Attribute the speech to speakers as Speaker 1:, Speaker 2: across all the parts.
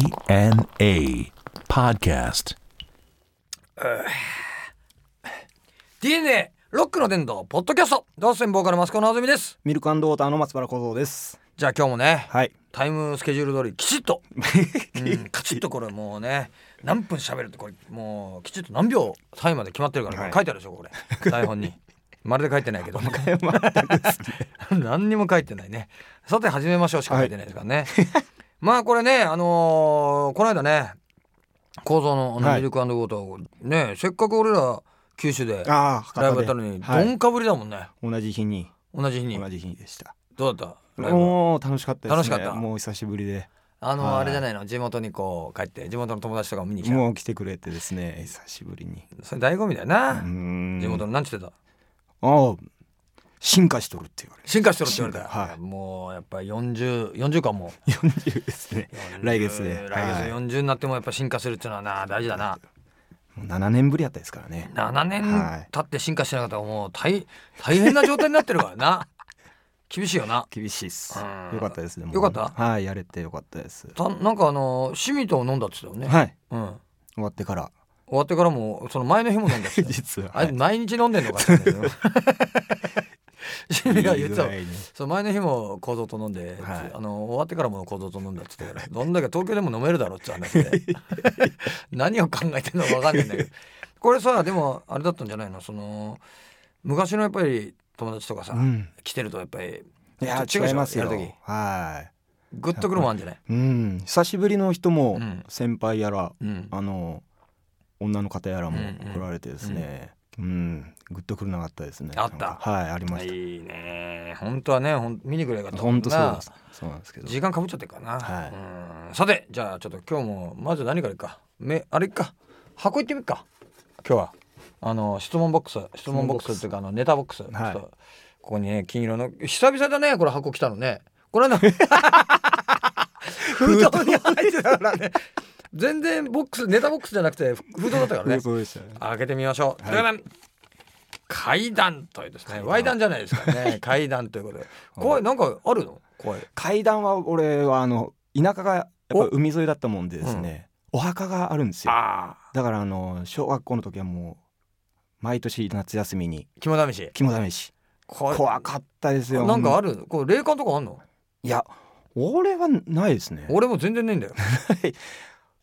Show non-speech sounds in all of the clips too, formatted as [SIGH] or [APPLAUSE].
Speaker 1: DNA Podcast.
Speaker 2: DNA ロックの伝道ポッドキャストドアステンボーカルマスコのあずみです
Speaker 3: ミルクウォーターの松原小僧です。
Speaker 2: じゃあ今日もね
Speaker 3: はい。
Speaker 2: タイムスケジュール通りきちっと、
Speaker 3: [LAUGHS]
Speaker 2: うんカチッとこれもうね何分喋るってこれもうきちっと何秒単位まで決まってるから、
Speaker 3: はい
Speaker 2: 書いてあるでしょこ
Speaker 3: [LAUGHS]
Speaker 2: れ台本にまるで書いてないけど [LAUGHS] 何にも書いてないねさて始めましょうしか書いてないですからね、まあこれねあのーこの間ね構造のあの
Speaker 3: はい
Speaker 2: ミルクウォーターをねせっかく俺ら九州でライ
Speaker 3: [LAUGHS] ああ、博
Speaker 2: ブ
Speaker 3: 多
Speaker 2: やっ
Speaker 3: で
Speaker 2: たのに
Speaker 3: は
Speaker 2: ど
Speaker 3: い
Speaker 2: んかぶりだもんね、
Speaker 3: 同じ日に、
Speaker 2: 同じ日に
Speaker 3: 同じ日にでした。
Speaker 2: どうだったライブは
Speaker 3: もう楽しかったですね。
Speaker 2: 楽しかった
Speaker 3: もう久しぶりで、
Speaker 2: あの、
Speaker 3: はい
Speaker 2: あれじゃないの地元にこう帰って地元の友達とかも見に来た
Speaker 3: もう来てくれてですね、久しぶりに。
Speaker 2: それ醍醐味だよ
Speaker 3: うー
Speaker 2: な、
Speaker 3: ん
Speaker 2: 地元のなんて言ってた
Speaker 3: ああ、進化しとるって言われる。
Speaker 2: 進化してるって言われた
Speaker 3: 進
Speaker 2: よ、
Speaker 3: 化はい
Speaker 2: もうやっぱり40 40巻も
Speaker 3: 40ですね。来月で。
Speaker 2: 40来
Speaker 3: はい
Speaker 2: 月40になってもやっぱ進化するっていうのはな大事だな
Speaker 3: もう7年ぶりやったですからね。
Speaker 2: 7
Speaker 3: は
Speaker 2: 年
Speaker 3: い
Speaker 2: 経って進化してなかったらもう大大変な状態になってるから
Speaker 3: [LAUGHS]
Speaker 2: な厳しいよな
Speaker 3: 厳しいっす。
Speaker 2: うん
Speaker 3: よかったですね。でも
Speaker 2: よかった
Speaker 3: はい、やれてよかったです。
Speaker 2: たなんかあの趣味と飲んだって言ってたよね、
Speaker 3: はい。
Speaker 2: うん、
Speaker 3: 終わってから。
Speaker 2: [LAUGHS] 終わってからもその前の日も飲んだって
Speaker 3: 実は。
Speaker 2: あれ [LAUGHS]
Speaker 3: はい
Speaker 2: 毎日飲んでんのかって言
Speaker 3: [LAUGHS]
Speaker 2: ってたよ趣味が言ってたもん
Speaker 3: いい具合に
Speaker 2: そう前の日も構造と飲んで、
Speaker 3: はい
Speaker 2: あの終わってからも構造と飲んだっつってたからどんだけ東京でも飲めるだろうって話で
Speaker 3: [LAUGHS]
Speaker 2: 何を考えてんのか分かんないんだけどこれさでもあれだったんじゃないのその昔のやっぱり友達とかさ、
Speaker 3: うん。
Speaker 2: 来てるとやっぱり
Speaker 3: いや、
Speaker 2: ちょっと
Speaker 3: 違いますよ
Speaker 2: やる時。
Speaker 3: はい。
Speaker 2: グッとくるもんあんじゃない、
Speaker 3: うん、久しぶりの人も
Speaker 2: うん
Speaker 3: 先輩やら、
Speaker 2: うん、
Speaker 3: あの女の方やらも
Speaker 2: うんうん
Speaker 3: 来られてですね、うんグッとくるなかったですね
Speaker 2: あった
Speaker 3: なんかはいありまし
Speaker 2: いいね本当はねほん見に来ればよかったた
Speaker 3: 本当そう
Speaker 2: な
Speaker 3: ですそうなんですけど
Speaker 2: 時間かぶっちゃってるからな、うんさてじゃあちょっと今日もまず何からいくかめあれいくか箱行ってみっか今日はあの質問ボックス質問ボックスっていうかあのネタボックス、
Speaker 3: はい
Speaker 2: ちょっとここにね金色の久々だねこれ箱来たのねこれはな [LAUGHS] 封筒に入ってたからね [LAUGHS] 全然ボックスネタボックスじゃなくて [LAUGHS] 封筒だったからね
Speaker 3: そうでしたね
Speaker 2: 開けてみましょう。
Speaker 3: はい
Speaker 2: ということで階段というですね、Y 段じゃないです [LAUGHS] からね、階段ということで。怖い、なんかあるの怖い。
Speaker 3: 階段は俺はあの田舎がやっぱ海沿いだったもんでですねお,、墓があるんですよ
Speaker 2: ああ、
Speaker 3: だからあの小学校の時はもう毎年夏休みに
Speaker 2: 肝試し。
Speaker 3: 肝試し
Speaker 2: 怖
Speaker 3: 怖かったですよ
Speaker 2: なんかあ
Speaker 3: る
Speaker 2: るこれ霊感とかあんの
Speaker 3: いや俺はないですね
Speaker 2: 俺も全然ねえん
Speaker 3: [LAUGHS]
Speaker 2: だよ。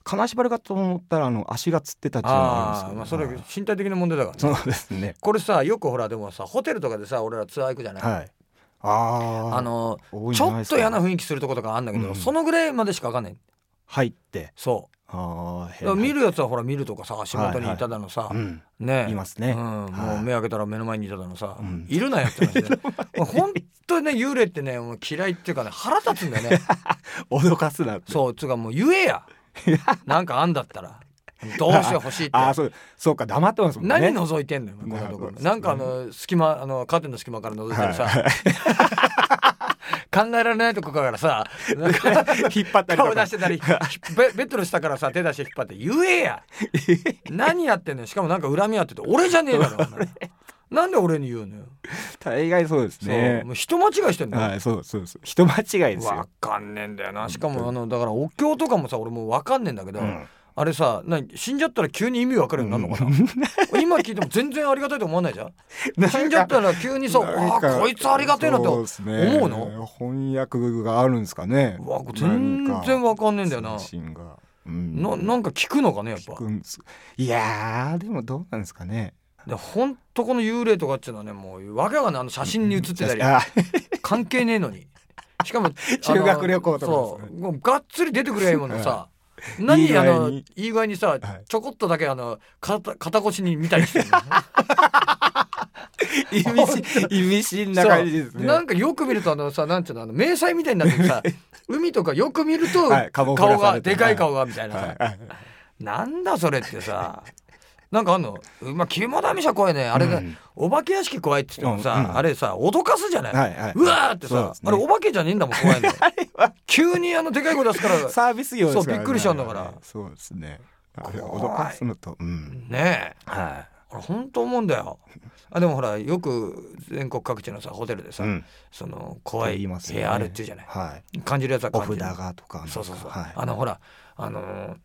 Speaker 3: 金縛りかと思ったらあの足がつってたっていうのがあるんです
Speaker 2: あ
Speaker 3: け
Speaker 2: あ、
Speaker 3: ど
Speaker 2: まあそれ
Speaker 3: はい
Speaker 2: 身体的な問題だからね、
Speaker 3: そうですね。
Speaker 2: これさよくほらでもさホテルとかでさ俺らツアー行くじゃない、
Speaker 3: はい。ああ。
Speaker 2: あ、の
Speaker 3: 多いん
Speaker 2: ち
Speaker 3: じゃ
Speaker 2: ょ
Speaker 3: ないで
Speaker 2: っ
Speaker 3: すか
Speaker 2: と嫌な雰囲気するとことかあんだけど、
Speaker 3: うん
Speaker 2: そのぐらいまでしかわかんない
Speaker 3: 入って。
Speaker 2: そ
Speaker 3: ああ、
Speaker 2: う
Speaker 3: 変
Speaker 2: だか
Speaker 3: な
Speaker 2: ら見。るやつはほら見るとかさ足元にいただのさ、
Speaker 3: うん。
Speaker 2: ねえ
Speaker 3: いますね
Speaker 2: うん
Speaker 3: は
Speaker 2: も
Speaker 3: い
Speaker 2: う目開けたら目の前にいただのさ、
Speaker 3: うん
Speaker 2: いるなよって話でもう本当にね幽霊ってねもう嫌いっていうかね腹立つんだよね
Speaker 3: 脅かすなって。
Speaker 2: そうつうかもう言え
Speaker 3: [LAUGHS]
Speaker 2: やなんかあんだったらどうして欲しいって
Speaker 3: ああ、そう、そうか、黙ってますもんね。
Speaker 2: 何覗いてんのよこんなところ
Speaker 3: なるほど
Speaker 2: なんかあの隙間あのカーテンの隙間から覗いたりさ、
Speaker 3: は
Speaker 2: [LAUGHS] 考えられないとこからさなんか
Speaker 3: [LAUGHS] 引っ張ったり
Speaker 2: 顔
Speaker 3: と
Speaker 2: 出
Speaker 3: か
Speaker 2: し。てたりベベッドの下からさ手出して引っ張って言えや何やってんのよしかもなんか恨み合ってて俺じゃねえ
Speaker 3: [LAUGHS]
Speaker 2: だろお前なんで俺に言うのよ
Speaker 3: [LAUGHS] 大概そうです
Speaker 2: そう
Speaker 3: ね
Speaker 2: も。う人間違いしてんのよ
Speaker 3: はい、そうそうそう。人間違いです
Speaker 2: わ
Speaker 3: よ。
Speaker 2: かんねえんだよなしかもあのだからお経とかもさ俺もうわかんねえんだけど、
Speaker 3: うん
Speaker 2: あれさな死んじゃったら急に意味わかるようになるのかな、今聞いても全然ありがたいと思わないじゃん
Speaker 3: [LAUGHS] なんか
Speaker 2: 死んじゃったら急にさ「
Speaker 3: な
Speaker 2: あ
Speaker 3: んか
Speaker 2: ーこいつありがたいな」って
Speaker 3: そ
Speaker 2: 思
Speaker 3: ですね
Speaker 2: うの
Speaker 3: 翻訳があるんですかね。
Speaker 2: うわ全然わかんねえんだよな
Speaker 3: 何か精神が。うん
Speaker 2: ななんか聞くのかねやっぱ
Speaker 3: 聞くんですいやーでもどうなんですかね。
Speaker 2: でほんとこの幽霊とかっていうのはねもうわけわかんないあの写真に写ってた
Speaker 3: [LAUGHS]
Speaker 2: り
Speaker 3: あ
Speaker 2: 関係ねえのにし
Speaker 3: [LAUGHS]
Speaker 2: かも
Speaker 3: 修学旅行とか
Speaker 2: あの
Speaker 3: ですね
Speaker 2: そうもうがっつり出てくれゃいいものをさ何
Speaker 3: いい具合
Speaker 2: あのい
Speaker 3: に
Speaker 2: い具合にさ、
Speaker 3: はい
Speaker 2: ちょこっとだけあの肩肩越しに見たりしてるの
Speaker 3: 意
Speaker 2: [LAUGHS]
Speaker 3: 味深意味深な感じです
Speaker 2: そう
Speaker 3: ね。
Speaker 2: なんかよく見るとあのさなんていうのあの迷彩みたいになってて
Speaker 3: [LAUGHS]
Speaker 2: さ海とかよく見ると、
Speaker 3: はいカモ
Speaker 2: 顔
Speaker 3: フラさ
Speaker 2: が
Speaker 3: れて
Speaker 2: でかい顔がみたいなさ、
Speaker 3: はいはい
Speaker 2: なんだそれってさなんかあんのまあ肝試しは怖いねあれが、
Speaker 3: うん
Speaker 2: お化け屋敷怖いって言ってもさ、
Speaker 3: うんうん
Speaker 2: あれさ脅かすじゃない、
Speaker 3: はいはいう
Speaker 2: わーって
Speaker 3: そう
Speaker 2: さ、
Speaker 3: です
Speaker 2: あ
Speaker 3: ね
Speaker 2: れお化けじゃねえんだもん怖
Speaker 3: [LAUGHS]
Speaker 2: いの急にあのでかい声出すから
Speaker 3: サービス業ですか
Speaker 2: そう
Speaker 3: ら、ね、
Speaker 2: びっくりしちゃうんだから
Speaker 3: そうですねあ
Speaker 2: 怖い
Speaker 3: れ脅かすのとうん
Speaker 2: ねえ
Speaker 3: は
Speaker 2: 俺本当思うんだよあでもほらよく全国各地のさホテルでさ、
Speaker 3: うん
Speaker 2: その怖
Speaker 3: っ
Speaker 2: い
Speaker 3: て言い
Speaker 2: 部
Speaker 3: ますよね
Speaker 2: 屋あるっていうじゃない、
Speaker 3: はい
Speaker 2: 感じるやつは
Speaker 3: お
Speaker 2: 感じ
Speaker 3: 札
Speaker 2: る
Speaker 3: がとかなんか
Speaker 2: そうそうそう、
Speaker 3: はい
Speaker 2: あのほらあのー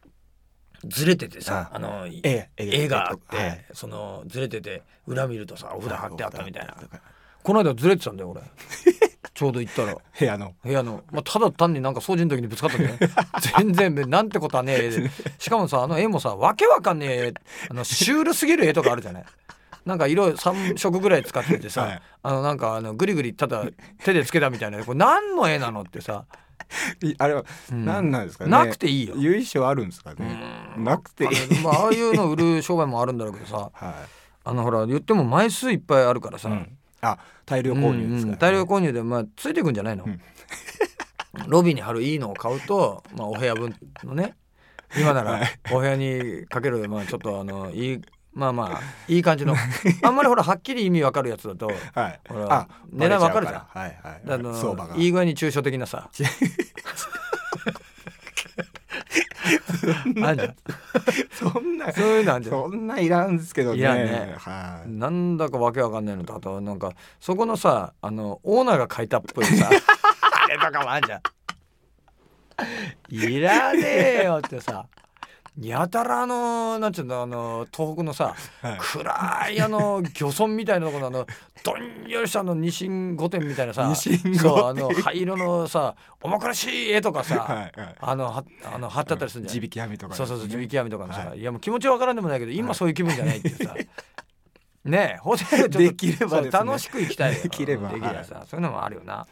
Speaker 2: ずれててさ
Speaker 3: あ
Speaker 2: あのー
Speaker 3: 絵
Speaker 2: 絵があって、
Speaker 3: はい
Speaker 2: そのずれてて裏見るとさお札貼ってあったみたいな
Speaker 3: お札貼ってあった
Speaker 2: この間ずれてたんだよ俺ちょうど行ったら
Speaker 3: 部屋の
Speaker 2: 部屋の、まあ、ただ単になんか掃除の時にぶつかったんだよね全然なんてことはねえでしかもさあの絵もさわけわかんねえあのシュールすぎる絵とかあるじゃないなんか色3色ぐらい使っててさ、
Speaker 3: はい
Speaker 2: あのなんかあのグリグリただ手でつけたみたいなこれ何の絵なのってさ、
Speaker 3: いあれは
Speaker 2: うん
Speaker 3: 何なんですかね
Speaker 2: なくていいよ
Speaker 3: 由緒あるんですかねなくていい
Speaker 2: あのまあ、ああいうの売る商売もあるんだろうけど
Speaker 3: [LAUGHS]
Speaker 2: さ
Speaker 3: は
Speaker 2: あのほら言っても枚数いっぱいあるから
Speaker 3: い
Speaker 2: さ、
Speaker 3: うんあ大量購入で
Speaker 2: うんう
Speaker 3: すから
Speaker 2: ん
Speaker 3: ね
Speaker 2: 大量購入で、まあ、ついてくんじゃないの、
Speaker 3: うん
Speaker 2: ロビーに貼るいいのを買うと、まあ、お部屋分のね今ならお部屋にかける、まあ、ちょっとあのいいまあまあいい感
Speaker 3: [LAUGHS]
Speaker 2: じのあんまりほらはっきり意味わかるやつだと
Speaker 3: はい
Speaker 2: ほら狙いわかるじゃん
Speaker 3: バレちゃうから
Speaker 2: あ
Speaker 3: はいはい
Speaker 2: の
Speaker 3: 相場が
Speaker 2: いい具合に抽象的な
Speaker 3: [LAUGHS]
Speaker 2: さあんじゃん
Speaker 3: そんな
Speaker 2: そういうのあんじゃん
Speaker 3: そんないらんですけどね
Speaker 2: いらんね
Speaker 3: はい
Speaker 2: なんだかわけわかんないのとあとなんかそこのさあのオーナーが書いたっぽい
Speaker 3: [LAUGHS]
Speaker 2: さあれとかもあんじゃん。いらねえよってさやたらあのなんちゅうんだあの東北のさ、
Speaker 3: はい
Speaker 2: 暗いあの漁村みたいなところのあのどんよりしたあのニシン御殿みたいなさ
Speaker 3: ニシン御殿
Speaker 2: そうあの灰色のさ重苦しい絵とかさ、
Speaker 3: はいはい
Speaker 2: あのはあの貼ってあったりするんじゃない
Speaker 3: 地引き網とか
Speaker 2: そうそうそう地引き網とかのさ、、
Speaker 3: はい
Speaker 2: やもう気持ちわからんでもないけど今そういう気分じゃないって
Speaker 3: [LAUGHS]
Speaker 2: いうさ、ねえホテルちょっと
Speaker 3: できれば
Speaker 2: そう
Speaker 3: ですね
Speaker 2: 楽しく行きたいよ
Speaker 3: できれば
Speaker 2: できればさ、そういうのもあるよな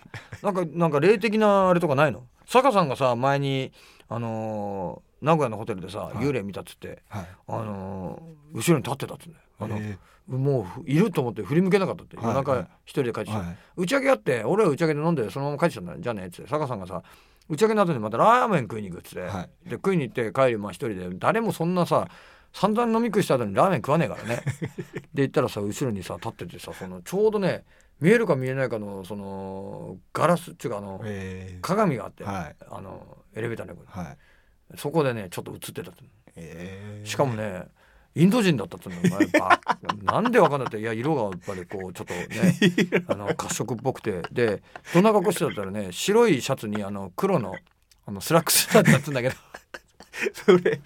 Speaker 2: なんかなんか霊的なあれとかないの坂さんがさ前にあのー名古屋のホテルでさ、
Speaker 3: い
Speaker 2: 幽霊見たっつって
Speaker 3: はい
Speaker 2: あのー後ろに立ってたっつってあの、
Speaker 3: え
Speaker 2: もういると思って振り向けなかったって
Speaker 3: はい
Speaker 2: 夜
Speaker 3: はい
Speaker 2: 中一人で帰ってきて、
Speaker 3: はい
Speaker 2: 打ち上げあって俺は打ち上げで飲んでそのまま帰ってきたんだじゃあねっつって坂さんがさ打ち上げの後にまたラーメン食いに行くっつって、
Speaker 3: は
Speaker 2: で食いに行って帰りまあ一人で誰もそんなさ散々飲み食いした後にラーメン食わねえからね
Speaker 3: [LAUGHS]
Speaker 2: で行ったらさ後ろにさ立っててさそのちょうどね見えるか見えないかのそのガラスっていうかあの
Speaker 3: えー
Speaker 2: 鏡があって、
Speaker 3: はい
Speaker 2: あのエレベーターの横に
Speaker 3: はい
Speaker 2: そこでねちょっと映ってたって
Speaker 3: えー
Speaker 2: しかもねインド人だったって言うんだよお前ばなんでわかんないっていや色がやっぱりこうちょっとねあの褐色っぽくてでどんな格好してたったらね白いシャツにあの黒のあのスラックスだったって言うんだけど
Speaker 3: それ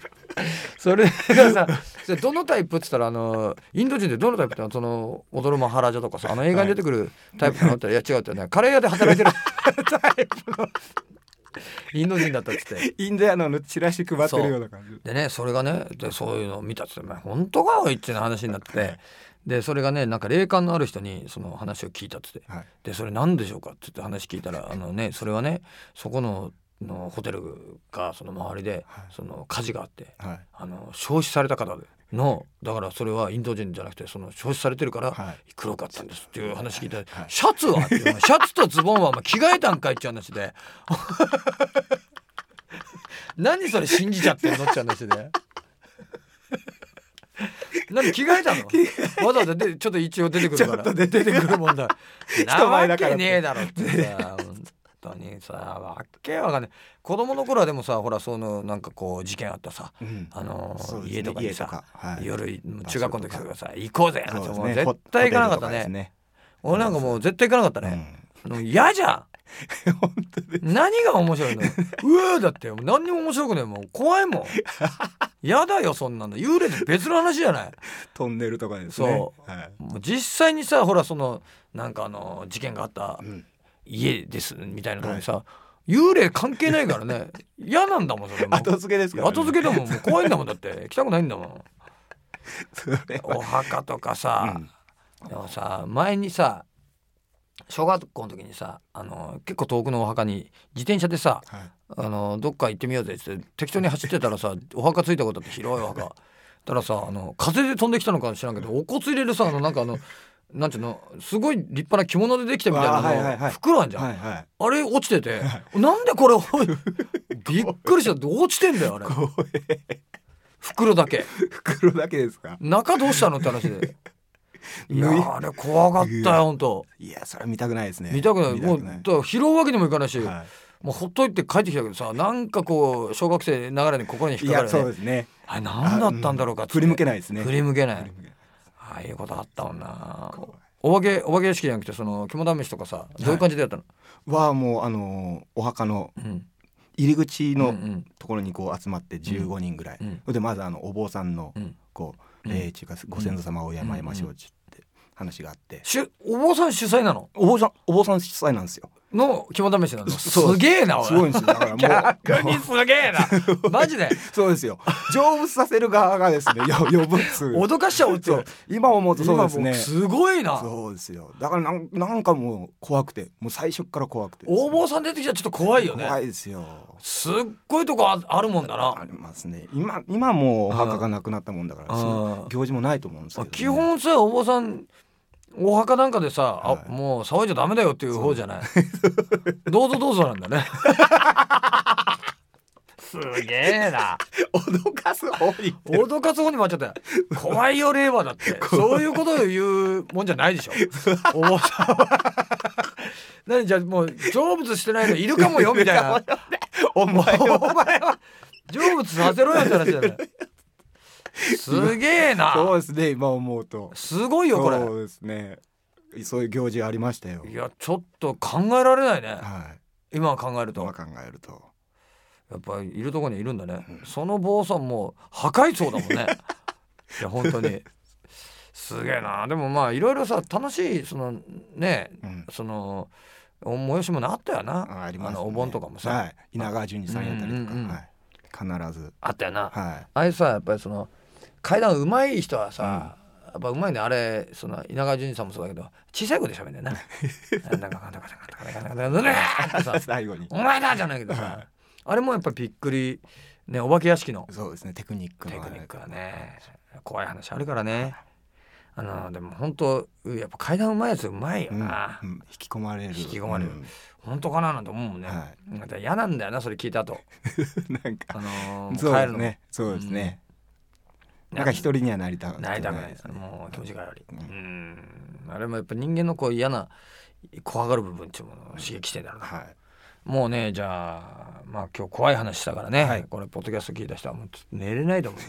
Speaker 2: それがさそれどのタイプっつったらあのインド人ってどのタイプってのはその「踊るマハラジャ」とかさあの映画に出てくるタイプかなって言ったら「いや違う」ってねカレー屋で働いてるタイプのインド人だったっつって。
Speaker 3: インドアのチラシ配ってるような感じ
Speaker 2: でねそれがねでそういうのを見たっつって「お前本当かおい」っていう話になっててでそれがねなんか霊感のある人にその話を聞いたっつって
Speaker 3: はい
Speaker 2: 「でそれ何でしょうか?」っつって話聞いたらあのねそれはねそこののホテルがその周りで
Speaker 3: はい
Speaker 2: その火事があって
Speaker 3: はい
Speaker 2: あの焼死された方のだからそれはインド人じゃなくてその焼死されてるから
Speaker 3: はい
Speaker 2: 黒かったんですっていう話聞いたら
Speaker 3: はい
Speaker 2: シャツは?」って「
Speaker 3: [LAUGHS]
Speaker 2: シャツとズボンはお前着替えたんかい」っていう話 [LAUGHS] で何それ信じちゃってんのって話で。何着替えたの
Speaker 3: [LAUGHS]
Speaker 2: わざわざでちょっと一応出てくるから
Speaker 3: ちょっと出てくる
Speaker 2: もんだな
Speaker 3: [LAUGHS] 人前
Speaker 2: わ
Speaker 3: だ
Speaker 2: け
Speaker 3: からって
Speaker 2: ねえだろってさ本当にさわけわかんない子供の頃はでもさほらそのなんかこう事件あったさ
Speaker 3: うん
Speaker 2: あのー
Speaker 3: そうですね
Speaker 2: 家とかにさ
Speaker 3: 家とかはい
Speaker 2: 夜
Speaker 3: か
Speaker 2: 中学校の時とかさ行こうぜなんて
Speaker 3: そう
Speaker 2: もう
Speaker 3: ですね
Speaker 2: 絶対行かなかったね俺なんかもう絶対行かなかった
Speaker 3: ホテル
Speaker 2: ね、
Speaker 3: とかです
Speaker 2: も
Speaker 3: ね
Speaker 2: う嫌じゃ
Speaker 3: うん [LAUGHS] 本当で
Speaker 2: ん何が面白いの [LAUGHS] うわーだってもう何にも面白くないもう怖いもん嫌だよそんなの幽霊って別の話じゃない
Speaker 3: トンネルとかですね
Speaker 2: そう
Speaker 3: はい
Speaker 2: もう実際にさほらそのなんかあの事件があった
Speaker 3: ん
Speaker 2: 家ですみたいなのにさ、幽霊関係ないからね嫌なんだもんそれもう
Speaker 3: 後付けですから
Speaker 2: [LAUGHS]
Speaker 3: ね
Speaker 2: 後付けでももう怖いんだもんだって行きたくないんだもん
Speaker 3: それは
Speaker 2: お墓とかさ、でもさ前にさ小学校の時にさあの結構遠くのお墓に自転車でさ
Speaker 3: はい
Speaker 2: あのどっか行ってみようぜっつって適当に走ってたらさお墓ついたことあって広いお墓たらさあの風で飛んできたのか知らんけどお骨入れるさあのなんかあのなんていうのすごい立派な着物でできたみたいな
Speaker 3: あーはいはい
Speaker 2: の
Speaker 3: はい
Speaker 2: 袋あんじゃん、
Speaker 3: はいはい
Speaker 2: あれ落ちててなんでこれおいびっくりした落ちてんだよあれ
Speaker 3: 怖え
Speaker 2: 袋だけ
Speaker 3: 袋だけですか
Speaker 2: 中どうしたのって話
Speaker 3: [LAUGHS]
Speaker 2: でいや
Speaker 3: 脱い
Speaker 2: ーあれ怖かったよ本当
Speaker 3: いやそれは見たくないですね
Speaker 2: 見たくないもうだから拾うわけにもいかないし、
Speaker 3: は
Speaker 2: もうほっといて帰ってきたけどさなんかこう小学生ながらに心に
Speaker 3: いい
Speaker 2: 引っかか
Speaker 3: や
Speaker 2: る
Speaker 3: そう
Speaker 2: ね
Speaker 3: ですね
Speaker 2: あれ何だったんだろうかっつって
Speaker 3: 振り向けないですね
Speaker 2: 振り向けない
Speaker 3: 振り向けない
Speaker 2: あああいうことあったもんなお化けお化け屋敷じゃなくてその肝試しとかさどういう感じでやったの、
Speaker 3: はもうあのお墓の
Speaker 2: うん
Speaker 3: 入り口
Speaker 2: う
Speaker 3: の
Speaker 2: ん
Speaker 3: ところにこう集まって15人ぐらい、
Speaker 2: うん
Speaker 3: でまずあのお坊さんの
Speaker 2: うん
Speaker 3: こう
Speaker 2: うん
Speaker 3: 霊っていうかご先祖様を敬いましょうって言って話があって、
Speaker 2: しゅお坊さん主催なの
Speaker 3: お坊さんお坊さん主催なんですよ
Speaker 2: の肝試しなの
Speaker 3: そう
Speaker 2: すげえなおい
Speaker 3: すごいんですよだからもう
Speaker 2: [LAUGHS] 逆にすげえなマジで
Speaker 3: [LAUGHS] そうですよ成仏させる側がですねよ呼ぶっつう
Speaker 2: 脅かしちゃおうって
Speaker 3: そう今思うとそうです
Speaker 2: 今も
Speaker 3: ね
Speaker 2: うすごいな
Speaker 3: そうですよだからなんなんかもう怖くてもう最初っから怖くて
Speaker 2: 大坊さん出てきたらちょっと怖いよね
Speaker 3: 怖いですよ
Speaker 2: すっごいとこああるもんだ
Speaker 3: あ
Speaker 2: な
Speaker 3: りますね今今もうお墓がなくなったもんだから
Speaker 2: うん
Speaker 3: その行事もないと思うんですけどね、
Speaker 2: 基
Speaker 3: [LAUGHS]
Speaker 2: 本さお坊さんお墓なんかでさ、
Speaker 3: はい
Speaker 2: あもう騒いじゃダメだよっていう方じゃない
Speaker 3: [LAUGHS]
Speaker 2: どうぞどうぞなんだね [LAUGHS] すげえな
Speaker 3: 脅かす方に
Speaker 2: 脅かす方に回っちゃったよ怖いよ令和だ
Speaker 3: [LAUGHS]
Speaker 2: ってそういうことを言うもんじゃないでしょお坊さんは [LAUGHS] 何じゃあもう成仏してないのいるかもよみたいな
Speaker 3: お前は
Speaker 2: お前は成仏させろよって話じゃないすげえ
Speaker 3: [LAUGHS] そう
Speaker 2: な
Speaker 3: ですね今思うと
Speaker 2: すごいよこ
Speaker 3: そう
Speaker 2: れ
Speaker 3: ですねそういう行事ありましたよ
Speaker 2: いやちょっと考えられないね
Speaker 3: はい
Speaker 2: 今考えると
Speaker 3: 今
Speaker 2: や
Speaker 3: 考えると
Speaker 2: っぱりいるとこにいるんだねその坊さんも破壊そうだもんねいや本当にすげえなでもまあいろいろさ楽しいそのね
Speaker 3: うん
Speaker 2: そのお催しもあったよな
Speaker 3: あありますね
Speaker 2: のお盆とかもさ、
Speaker 3: はい稲川淳二さんやったり
Speaker 2: う
Speaker 3: とか、
Speaker 2: んうんうん
Speaker 3: はい、必ず
Speaker 2: あったよな、
Speaker 3: はい
Speaker 2: あれさやっぱりその階段上手い人はさ、やっぱ上手いねあれその稲川淳二さんもそうだけど小さい声で喋るんだよななんかなんかなんかなんかなんかなんかなんかなんかなんか
Speaker 3: [LAUGHS] 最後に
Speaker 2: お前だじゃないけどさあれもやっぱびっくりねお化け屋敷の
Speaker 3: そうですねテクニックの
Speaker 2: テクニックはね怖い話あるからねあのでも本当やっぱ階段上手いやつうまいよ
Speaker 3: うんうん
Speaker 2: な、
Speaker 3: 引き込まれる
Speaker 2: 引き込まれる
Speaker 3: うん
Speaker 2: 本当かななんて思うもんね、
Speaker 3: は
Speaker 2: なんか嫌なんだよなそれ聞いた後、
Speaker 3: [LAUGHS] なんか
Speaker 2: あのー
Speaker 3: そう
Speaker 2: 帰
Speaker 3: で
Speaker 2: るの
Speaker 3: す
Speaker 2: も
Speaker 3: ねそうですね、なんか一人にはなりたく
Speaker 2: なりたくない
Speaker 3: ですね
Speaker 2: もう気持ちが悪い、う
Speaker 3: うん
Speaker 2: ん、あれもやっぱ人間のこう嫌な怖がる部分っていうものを刺激してんだろうな、
Speaker 3: はい
Speaker 2: もうねじゃあまあ今日怖い話したからね、
Speaker 3: はい
Speaker 2: これポッドキャスト聞いた人はもうちょっと寝れないと思うね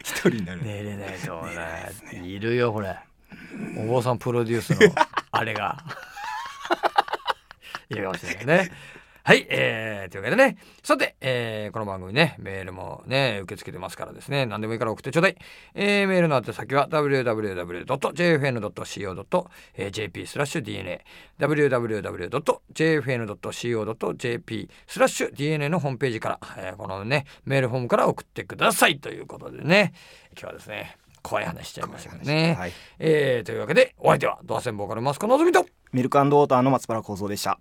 Speaker 3: 一人になる、
Speaker 2: [LAUGHS] 寝れないと思うねいるよこれお坊さんプロデュースの [LAUGHS] あれがいるかもしれないねはい、えー、というわけでねさて、えーこの番組ねメールもね受け付けてますからですね何でもいいから送ってちょうだい、えーメールの宛先は www.jfn.co.jp スラッシュ DNA www.jfn.co.jp スラッシュ DNA のホームページから、えーこのねメールフォームから送ってくださいということでね今日はですね怖い話しちゃいましたけどね、
Speaker 3: はい、
Speaker 2: えーというわけでお相手はドアセンボーカルマスコのぞみと
Speaker 3: ミルクウォーターの松原幸三でした